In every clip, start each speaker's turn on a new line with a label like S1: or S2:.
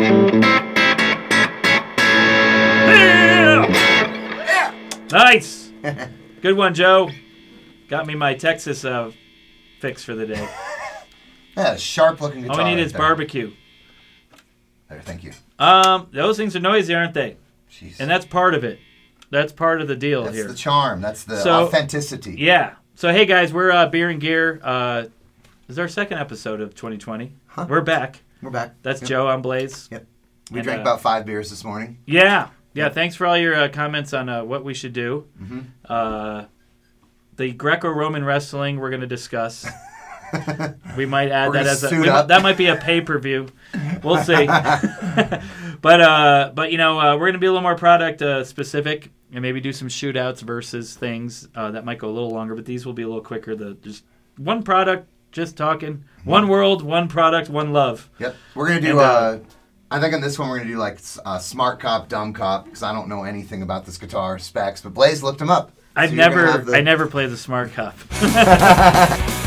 S1: Nice. Good one, Joe. Got me my Texas uh, fix for the day.
S2: Yeah, sharp looking guitar.
S1: All we need
S2: right
S1: is
S2: there.
S1: barbecue.
S2: There, thank you.
S1: Um, those things are noisy, aren't they?
S2: Jeez.
S1: And that's part of it. That's part of the deal
S2: That's
S1: here.
S2: the charm. That's the
S1: So-
S2: authenticity.
S1: yeah. So hey guys, we're uh, beer and gear. Uh, this is our second episode of 2020. We're back.
S2: We're back.
S1: That's
S2: Yep.
S1: Joe. I'm Blaze.
S2: Yep. We
S1: And,
S2: drank
S1: uh,
S2: about five beers this morning.
S1: Yeah. Yeah. Thanks for all your uh, comments on uh, what we should do. Uh, the Greco-Roman wrestling we're going to discuss. we might add
S2: We're
S1: that
S2: gonna
S1: as a
S2: suit
S1: we-
S2: up.
S1: that might be a pay-per-view. We'll see. but uh, but you know uh, we're going to be a little more product uh, specific and maybe do some shootouts versus things uh, that might go a little longer. But these will be a little quicker. The just one product, just talking. One world, one product, one love.
S2: Yep. We're gonna do.
S1: And, uh,
S2: uh, I think on this one we're gonna do like s- uh, smart cop, dumb cop, because I don't know anything about this guitar specs. But Blaze looked him up.
S1: I've
S2: So you're gonna
S1: never,
S2: have the-
S1: I never play the smart cup.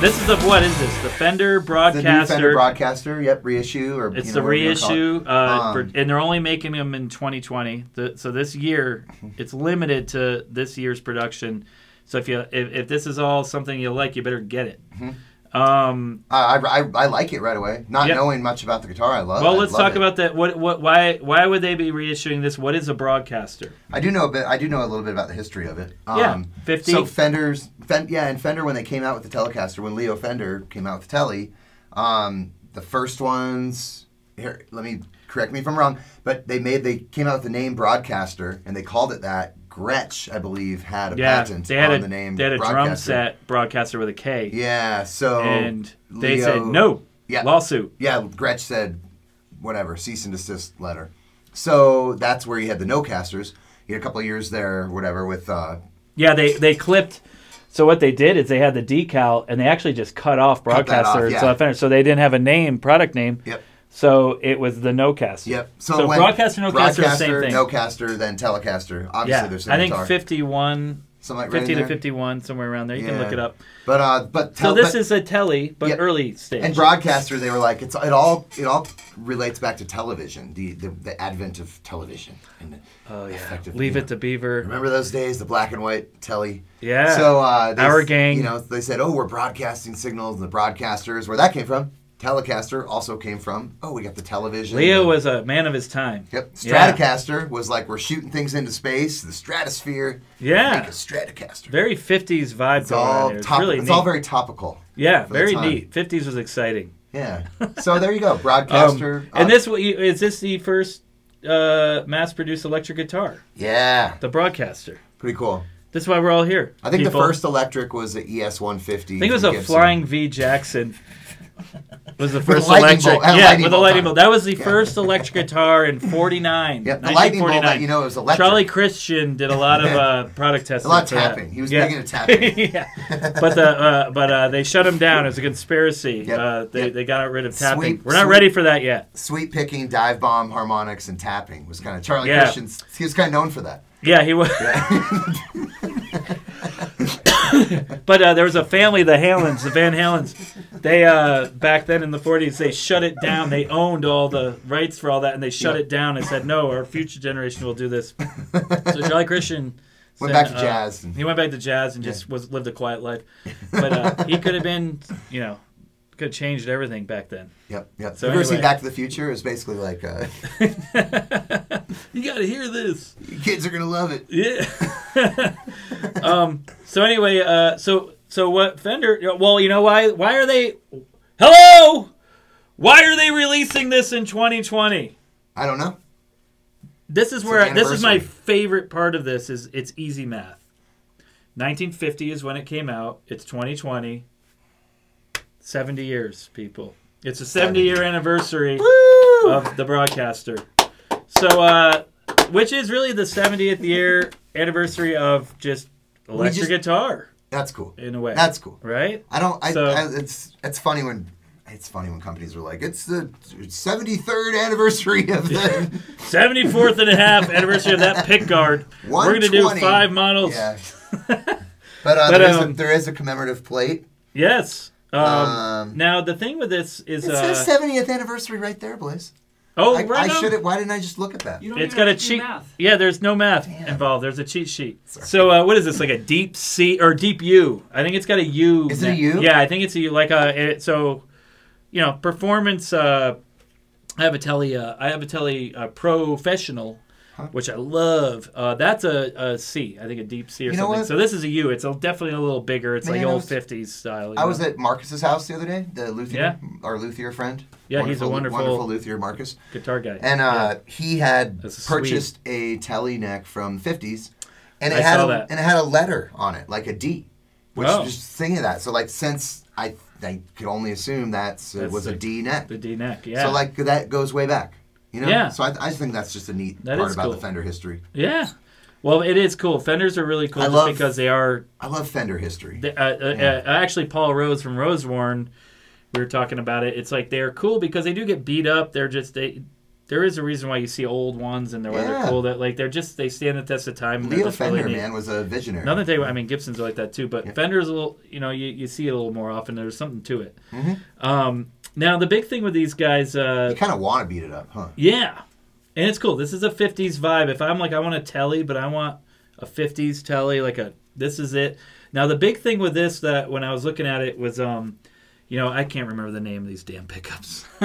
S1: this is the what is this? The Fender
S2: the
S1: Broadcaster.
S2: new Fender broadcaster. Yep, reissue or
S1: it's
S2: you know,
S1: the
S2: whatever you wanna call it.
S1: reissue, uh, for-
S2: Um,
S1: and they're only making them in 2020. The, so this year, it's limited to this year's production. So if you if, if this is all something you like, you better get it.
S2: Mm-hmm.
S1: Um,
S2: I, I, I- I like it right away. Not
S1: Yep.
S2: knowing much about the guitar, I love.
S1: well,
S2: Oh, I
S1: let's
S2: love
S1: talk
S2: it.
S1: about that. What what why why would they be reissuing this? What is a broadcaster?
S2: I do know a bit. I do know a little bit about the history of it. Um,
S1: Yeah, 50.
S2: So Fender's, Fen, yeah, and Fender when they came out with the Telecaster, when Leo Fender came out with the Tele, um, the first ones. Here, let me correct me if I'm wrong, but they made they came out with the name Broadcaster and they called it that. Gretsch, I believe, had a
S1: Yeah,
S2: patent
S1: they had
S2: on
S1: a
S2: the name.
S1: they had a drum
S2: Broadcaster.
S1: set broadcaster with a K.
S2: Yeah. So
S1: and they
S2: Leo-
S1: said no
S2: Yeah.
S1: lawsuit
S2: yeah, Gretsch said whatever, cease and desist letter. So that's where you had the no casters. You had a couple of years there, whatever, with uh,
S1: yeah they they clipped so what they did is they had the decal and they actually just cut off
S2: Cut that off,
S1: broadcaster
S2: yeah.
S1: so, I found- so they didn't have a name product name
S2: Yep.
S1: so it was the no caster
S2: yep.
S1: so, broadcaster no caster are the same thing
S2: no caster, then telecaster. Obviously,
S1: yeah
S2: they're same
S1: I think
S2: guitar.
S1: 51
S2: Something like right
S1: 50
S2: in
S1: to
S2: there.
S1: 51 somewhere around there you can
S2: Yeah.
S1: look it up
S2: But uh, but
S1: so
S2: tel-
S1: this
S2: but-
S1: is a telly but
S2: Yeah.
S1: early stage
S2: and broadcaster. They were like, it's it all it all relates back to television, the the, the advent of television. And the
S1: oh yeah
S2: effect of-
S1: leave
S2: you
S1: it to beaver
S2: Remember those days, the black and white telly?
S1: Yeah.
S2: So uh, they,
S1: Our gang.
S2: You know, they said, "Oh, we're broadcasting signals." And the broadcasters, where that came from, Telecaster also came from. Oh, we got the television.
S1: Leo was a man of his time
S2: Yep.
S1: Yeah.
S2: Stratocaster was like we're shooting things into space, the stratosphere.
S1: Yeah.
S2: Make a Stratocaster.
S1: very 50s vibe
S2: it's
S1: going on
S2: all
S1: there. It's
S2: top-
S1: really
S2: It's
S1: neat.
S2: all very topical.
S1: yeah,
S2: for the
S1: very
S2: time.
S1: neat. 50s was exciting.
S2: Yeah. So there you go,
S1: Um,
S2: broadcaster.
S1: and
S2: uh,
S1: this wa- you- is this the first uh, mass-produced electric guitar,
S2: Yeah.
S1: the Broadcaster.
S2: Pretty cool.
S1: This is why we're all here.
S2: I think
S1: people.
S2: the first electric was the E ES 150.
S1: I think it was a flying V Jackson. Was the first
S2: lightning
S1: electric,
S2: bolt- had a
S1: yeah,
S2: lightning
S1: with a
S2: bolt
S1: lightning
S2: on
S1: bolt.
S2: it.
S1: That was the first electric guitar in '49.
S2: Yep. The lightning bolt that you know it was electric.
S1: Charlie Christian did a lot of uh, product testing.
S2: A lot of
S1: for that.
S2: tapping. He was
S1: Yeah.
S2: making a tapping.
S1: yeah, but the uh, but uh, they shut him down as a conspiracy.
S2: Yep.
S1: Uh, they
S2: Yep.
S1: they got rid of tapping.
S2: Sweep,
S1: We're not
S2: sweep.
S1: ready for that yet.
S2: sweet picking, dive bomb, harmonics, and tapping was kind of Charlie
S1: Yeah.
S2: Christian's. He was kind of known for that.
S1: Yeah, he was. but uh, there was a family, the Halens, the Van Halens. They uh, back then in the '40s, they shut it down. They owned all the rights for all that, and they shut
S2: Yeah.
S1: it down and said, "No, our future generation will do this." So Charlie Christian
S2: Went
S1: said,
S2: back to
S1: uh,
S2: jazz. And,
S1: He went back to jazz and just was lived a quiet life. But uh, he could have been, you know, could have changed everything back then.
S2: yep, yep.
S1: so
S2: So Have you ever
S1: anyway.
S2: seen Back to the Future? It's basically like uh,
S1: You got to hear this.
S2: kids are gonna love it.
S1: Yeah. um. So anyway, uh, so so what Fender? Well, you know why? Why are they? Hello. Why are they releasing this in 2020?
S2: I don't know.
S1: This is
S2: an
S1: where this is my
S2: anniversary.
S1: favorite part of this is it's easy math. 1950 is when it came out. It's 2020. 70 years, people. It's a 70 year anniversary of the broadcaster. So, uh, which is really the 70th year anniversary of just electric
S2: just-
S1: guitar
S2: That's cool.
S1: in a way.
S2: That's cool.
S1: right.
S2: I don't. I,
S1: So-
S2: I, it's it's funny when It's funny when companies are like, it's the 73rd anniversary of the.
S1: 74th and a half anniversary of that pick guard. We're going to do
S2: 120.
S1: five models.
S2: Yeah. But, uh,
S1: But,
S2: there, is a,
S1: um,
S2: there is a commemorative plate.
S1: Yes. Um,
S2: Um,
S1: now, the thing with this is.
S2: It
S1: Uh,
S2: says 70th anniversary right there, Blaze.
S1: oh,
S2: I,
S1: right
S2: I
S1: on.
S2: should have. Why didn't I just look at that?
S3: You don't
S1: It's
S3: even
S1: got a
S3: have to do
S1: cheat.
S3: math.
S1: Yeah, there's no math
S2: Damn.
S1: involved. There's a cheat sheet. So uh, what is this? Like a deep C or deep U? I think it's got a U.
S2: Is it a
S1: ne-
S2: U?
S1: Yeah, I think it's a U. Like a it, so, you know, performance. Uh, I have a tele. Uh, I have a tele uh, professional. Which I love. Uh, that's a, a C, I think a deep C or
S2: You know
S1: something.
S2: what?
S1: So this is a U. It's a, definitely a little bigger. It's
S2: Man,
S1: like
S2: I
S1: old
S2: was-
S1: '50s style. you
S2: I was
S1: know?
S2: at Marcus's house the other day, the luthier, our luthier friend.
S1: Yeah, he's a wonderful-
S2: wonderful luthier, Marcus.
S1: guitar guy.
S2: And uh, he had
S1: That's a Swede.
S2: purchased a tele neck from '50s, and it
S1: I
S2: had
S1: saw
S2: a,
S1: that.
S2: and it had a letter on it, like a D, which
S1: Oh.
S2: is just thinking of that. So like, since I I could only assume that's, uh,
S1: That's
S2: was a
S1: the-
S2: D neck.
S1: the D neck. Yeah.
S2: So like that goes way back, you know.
S1: Yeah.
S2: So I, I just think that's just a neat
S1: That
S2: part
S1: is
S2: about the
S1: cool.
S2: Fender history.
S1: Yeah. Well, it is cool. Fenders are really cool
S2: I
S1: just
S2: love-
S1: because they are
S2: I love Fender history.
S1: The- uh, uh, uh, actually, Paul Rose from Rosewarn, we were talking about it. It's like they're cool because they do get beat up. They're just they. There is a reason why you see old ones and they're why
S2: Yeah.
S1: they're cool. That like they're just they stand the test of time. and they're
S2: Leo
S1: just really
S2: Fender,
S1: neat.
S2: man, was a visionary.
S1: Another thing, I mean, Gibsons are like that too, but Fender's a little, you know, you, you see it a little more often. There's something to it.
S2: Mm-hmm.
S1: Um, now, the big thing with these guys, uh,
S2: you kind of want to beat it up, huh?
S1: yeah, and it's cool. This is a 50s vibe. If I'm like, I want a telly, but I want a 50s telly, like a this is it. Now, the big thing with this that when I was looking at it was, um, you know, I can't remember the name of these damn pickups.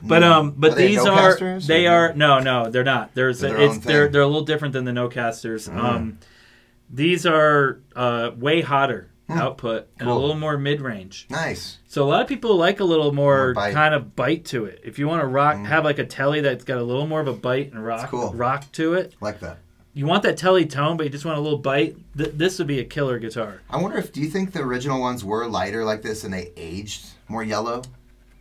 S1: but um, but
S2: Mm. Are they
S1: these are
S2: no-casters
S1: they
S2: or-
S1: are no no they're not. There's
S2: They're their
S1: it's
S2: own
S1: they're
S2: thing. Ah.
S1: they're a little different than the no casters. Um, these are uh, way hotter output and a
S2: Hmm. Cool.
S1: little more mid range.
S2: Nice.
S1: So a lot of people like a little more
S2: More bite. Mm.
S1: kind of bite to it. If you want to rock, have like a telly that's got a little more of a bite and rock
S2: cool.
S1: rock to it.
S2: Like that.
S1: You want that telly tone, but you just want a little bite. Th- this would be a killer guitar,
S2: I wonder if do you think the original ones were lighter like this and they aged more yellow?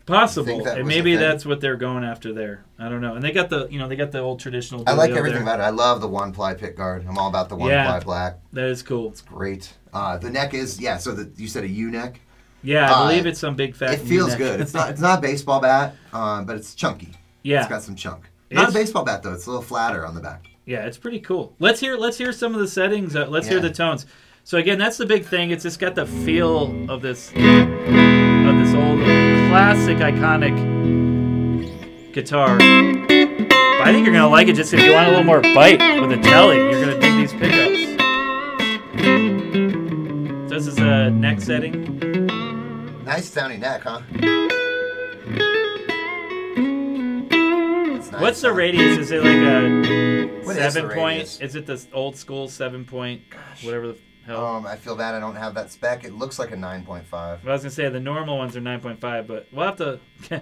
S1: possible.
S2: that
S1: And
S2: was a
S1: maybe
S2: thing?
S1: that's what they're going after there. I don't know. And they got the you know they got the old traditional.
S2: I like
S1: dealio
S2: everything
S1: there.
S2: about it. I love the one ply pick guard. I'm all about the one
S1: Yeah.
S2: ply black.
S1: that is cool.
S2: Great. Uh, the neck is yeah. So the, you said a U neck.
S1: Yeah, I
S2: Uh,
S1: believe it's some big fat.
S2: It feels
S1: neck.
S2: good. It's not it's not a baseball bat, um, but it's chunky.
S1: Yeah,
S2: It's got some chunk. Not
S1: It's-
S2: a baseball bat though. It's a little flatter on the back.
S1: Yeah, it's pretty cool. Let's hear let's hear some of the settings. Uh, let's hear
S2: Yeah.
S1: the tones. So again, that's the big thing. It's just got the feel of this of this old classic iconic guitar. But I think you're gonna like it just if you want a little more bite with the telly. You're gonna dig these pickups. So this is a neck setting.
S2: Nice sounding neck, huh? It's nice,
S1: What's the
S2: huh?
S1: radius? Is it like a
S2: What is the
S1: seven point?
S2: radius?
S1: Is it the old school seven point? Whatever the hell.
S2: Um, I feel bad. I don't have that spec. It looks like a 9.5.
S1: Well, I was gonna say the normal ones are 9.5, but we'll have to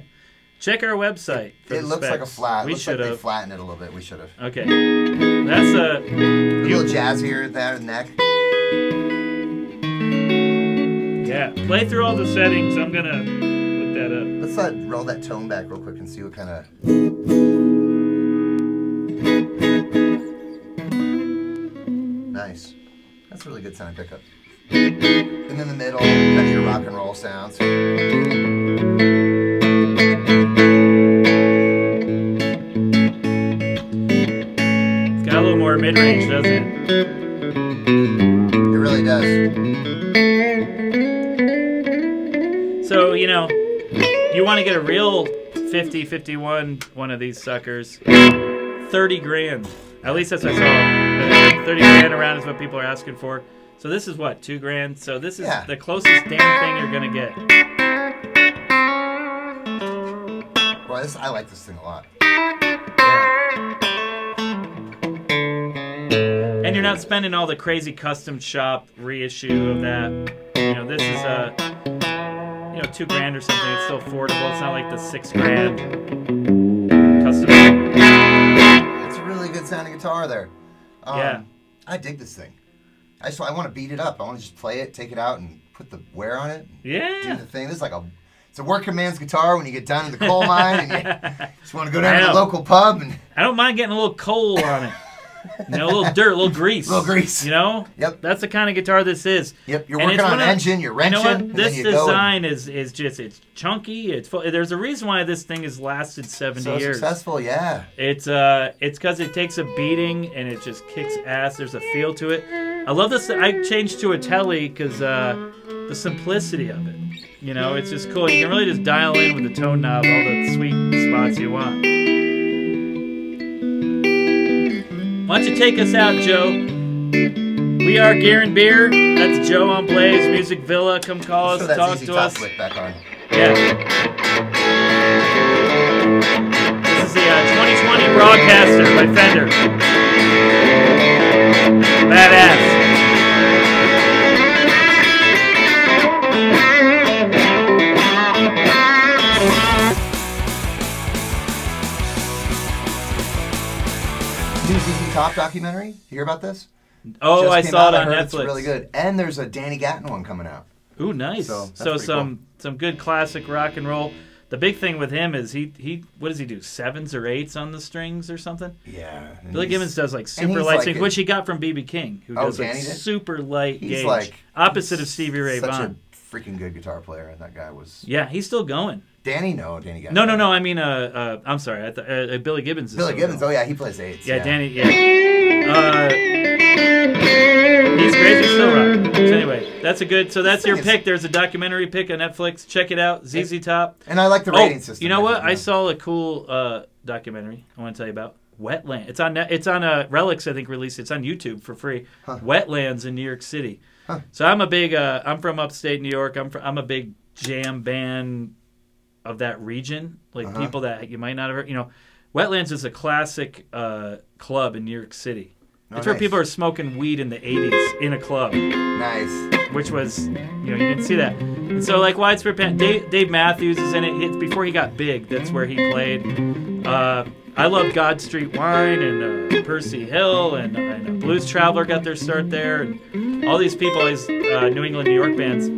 S1: check our website. for the
S2: It looks like a
S1: specs.
S2: flat. It
S1: We
S2: looks like
S1: should
S2: they
S1: have.
S2: flattened it a little bit. We should have.
S1: okay, that's a
S2: A little jazz here, there, neck.
S1: yeah. Play through all the settings. I'm gonna look that up.
S2: Let's uh, roll that tone back real quick and see what kind of. Nice. That's a really good sound pickup. And then the middle, kind of your rock and roll sounds.
S1: It's got a little more mid-range, doesn't it?
S2: It really does.
S1: So you know, you want to get a real 50, 51 one of these suckers, 30 grand. At least that's what I saw. 30 grand around is what people are asking for. So this is what two grand. So this is
S2: Yeah.
S1: the closest damn thing you're gonna get.
S2: Well, this, I like this thing a lot.
S1: And you're not spending all the crazy custom shop reissue of that. You know, this is a you know two grand or something. It's still affordable. It's not like the six grand custom.
S2: It's a really good sounding guitar there. Um,
S1: Yeah.
S2: I dig this thing. I just I want to beat it up. I want to just play it, take it out, and put the wear on it. do
S1: Yeah.
S2: the thing. This is like a it's a working man's guitar when you get down in the coal mine and you just want to go
S1: I
S2: down to the
S1: know.
S2: local pub and
S1: I don't mind getting a little coal on it. You know, a little dirt, a little grease.
S2: Little grease.
S1: You know?
S2: Yep.
S1: That's the kind of guitar this is.
S2: Yep, you're
S1: And
S2: working
S1: it's
S2: on
S1: one
S2: an
S1: of-
S2: engine, you're
S1: You know
S2: wrenching,
S1: what?
S2: and then
S1: This
S2: you go and-
S1: design is is just it's chunky. It's full. There's a reason why this thing has lasted 70
S2: so
S1: years.
S2: successful, yeah.
S1: It's uh, it's because it takes a beating and it just kicks ass. There's a feel to it. I love this. I changed to a telly because uh, the simplicity of it. You know, it's just cool. You can really just dial in with the tone knob all the sweet spots you want. Why don't you take us out, Joe? We are Gear and Beer. That's Joe on Blaze Music Villa. Come call us,
S2: so that's
S1: talk
S2: easy
S1: to
S2: top
S1: us.
S2: slick back on.
S1: Yeah. This is the uh, 2020 Broadcaster by Fender. Badass.
S2: New ZZ Top documentary. You hear about this?
S1: Oh,
S2: Just
S1: I
S2: came
S1: saw
S2: out,
S1: it
S2: I
S1: on
S2: heard
S1: Netflix.
S2: It's really good. And there's a Danny Gatton one coming out.
S1: Ooh, nice.
S2: So,
S1: So,
S2: that's pretty
S1: some some good classic rock and roll. The big thing with him is he he what does he do sevens or eights on the strings or something?
S2: Yeah. and
S1: Billy
S2: he's-
S1: Gibbons does like
S2: and
S1: super
S2: he's
S1: light
S2: like
S1: strings,
S2: a-
S1: which he got from BB King, who
S2: Oh,
S1: does like
S2: Danny did?
S1: super light
S2: He's
S1: gauge,
S2: like-
S1: opposite of Stevie Ray
S2: Such
S1: Vaughan.
S2: a freaking good guitar player, and that guy was
S1: Yeah, he's still going.
S2: Danny. No, Danny Gatton.
S1: No, no, no. I mean, uh, uh I'm sorry. I th- uh, uh, Billy Gibbons. Is
S2: Billy
S1: so
S2: Gibbons.
S1: good.
S2: Oh yeah, he plays eights.
S1: yeah, Danny. Yeah. Uh, he's crazy, still rock. So anyway, that's a good. So that's
S2: thing
S1: your
S2: is-
S1: pick. There's a documentary pick on Netflix. Check it out. ZZ Top.
S2: And I like the
S1: Oh,
S2: rating system.
S1: you know what?
S2: think,
S1: I
S2: yeah.
S1: saw a cool uh, documentary. I want to tell you about Wetland. It's on. Net- It's on uh, Relics. I think released. It's on YouTube for free. Wetlands in New York City. So I'm a big. Uh, I'm from upstate New York. I'm fr I'm a big jam band of that region. Like
S2: Uh-huh.
S1: people that you might not have heard. You know, Wetlands is a classic uh, club in New York City.
S2: Oh,
S1: It's where
S2: nice.
S1: people are smoking weed in the '80s in a club
S2: Nice.
S1: which was you know you didn't see that. And so like widespread pan- Dave, Dave Matthews is in it. It's before he got big. That's where he played. Uh, I love God Street Wine and uh, Percy Hill and, and uh, Blues Traveler got their start there. And all these people, these uh, New England, New York bands.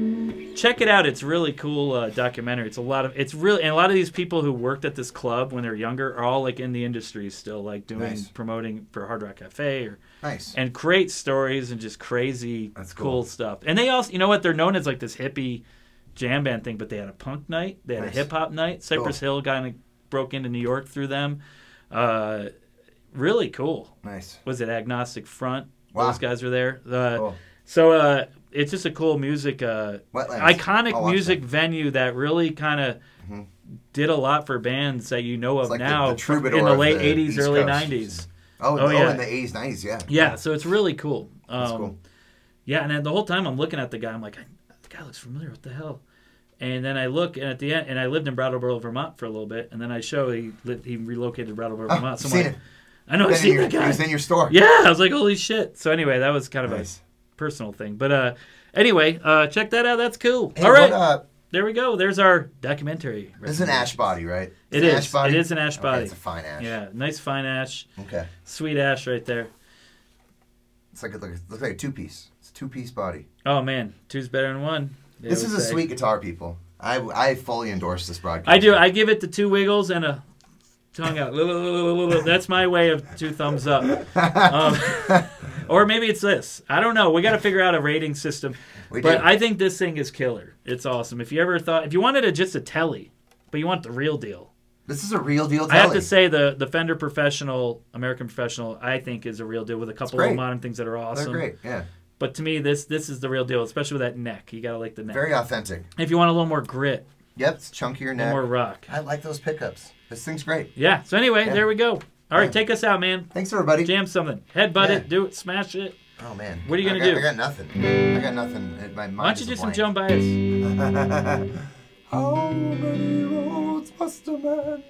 S1: Check it out. It's really cool uh, documentary. It's a lot of it's really and a lot of these people who worked at this club when they're younger are all like in the industry still, like doing
S2: Nice.
S1: promoting for Hard Rock Cafe or
S2: Nice.
S1: and great stories and just crazy
S2: That's
S1: cool.
S2: cool.
S1: stuff. And they also, you know what, they're known as like this hippie jam band thing, but they had a punk night, they had
S2: Nice.
S1: a hip hop night. Cypress Hill kind of broke into New York through them. Uh, really cool.
S2: nice.
S1: Was it Agnostic Front?
S2: Wow.
S1: Those guys were there. Uh,
S2: Cool.
S1: So uh, it's just a cool music, uh,
S2: Wetlands. I'll
S1: iconic
S2: watch
S1: music venue that really kind of. Did a lot for bands that you know of
S2: Mm-hmm. like the-
S1: now
S2: the troubadour
S1: in the
S2: of
S1: late
S2: the
S1: 80s,
S2: East
S1: early
S2: Coast.
S1: 90s.
S2: Oh,
S1: Oh,
S2: oh,
S1: yeah.
S2: in the 80s, 90s, yeah.
S1: Yeah, so it's really cool. Um,
S2: That's cool.
S1: Yeah, and then the whole time I'm looking at the guy, I'm like, I, the guy looks familiar. What the hell? And then I look, and at the end, and I lived in Brattleboro, Vermont for a little bit, and then I show he lived, he relocated to Brattleboro,
S2: Oh,
S1: Vermont. so I'm
S2: seen
S1: like,
S2: it.
S1: I know I've
S2: Then in
S1: seen
S2: your,
S1: that
S2: he
S1: guy.
S2: was in your store.
S1: Yeah, I was like, holy shit. So anyway, that was kind of
S2: Nice.
S1: a personal thing, but uh, anyway, uh, check that out. That's cool.
S2: Hey,
S1: All right,
S2: What, uh,
S1: there we go. There's our documentary.
S2: this is an ash body, right?
S1: It
S2: It's an
S1: is.
S2: Ash body?
S1: It is an ash
S2: Okay,
S1: body.
S2: it's a fine ash.
S1: Yeah, nice fine ash,
S2: Okay.
S1: sweet ash right there.
S2: It's like a, look- it looks like a two piece. It's a two piece body.
S1: Oh man, two's better than one. they
S2: this
S1: would
S2: is a
S1: say.
S2: sweet guitar, people. I, I fully endorse this broadcast.
S1: I do. I give it the two wiggles and a tongue out. That's my way of two thumbs up. Um, or maybe it's this. I don't know. We got to figure out a rating system.
S2: We
S1: but
S2: do.
S1: I think this thing is killer. It's awesome. If you ever thought, if you wanted a, just a telly, but you want the real deal,
S2: This is a real deal.
S1: I have
S2: telly.
S1: to say the the Fender Professional, American Professional, I think is a real deal with a couple of
S2: great.
S1: modern things that are
S2: They're
S1: awesome.
S2: great. Yeah.
S1: But to me, this this is the real deal, especially with that neck. You got to like the neck.
S2: Very authentic.
S1: if you want a little more grit,
S2: Yep. It's chunkier
S1: a little
S2: neck.
S1: more rock.
S2: I like those pickups. This thing's great.
S1: Yeah. So anyway,
S2: Yeah.
S1: there we go. All right,
S2: Yeah.
S1: take us out, man.
S2: Thanks, everybody.
S1: Jam something. Headbutt
S2: Yeah.
S1: it. Do it. Smash it.
S2: Oh, man.
S1: What are you
S2: I
S1: gonna
S2: got-
S1: do?
S2: I got nothing. I got nothing. Uh, My mind
S1: Why don't you
S2: is
S1: do
S2: a
S1: some
S2: blank.
S1: Joan Baez?
S2: How many roads must a man?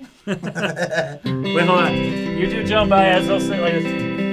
S1: Wait, hold on. You do Joan Baez. I'll sing like this.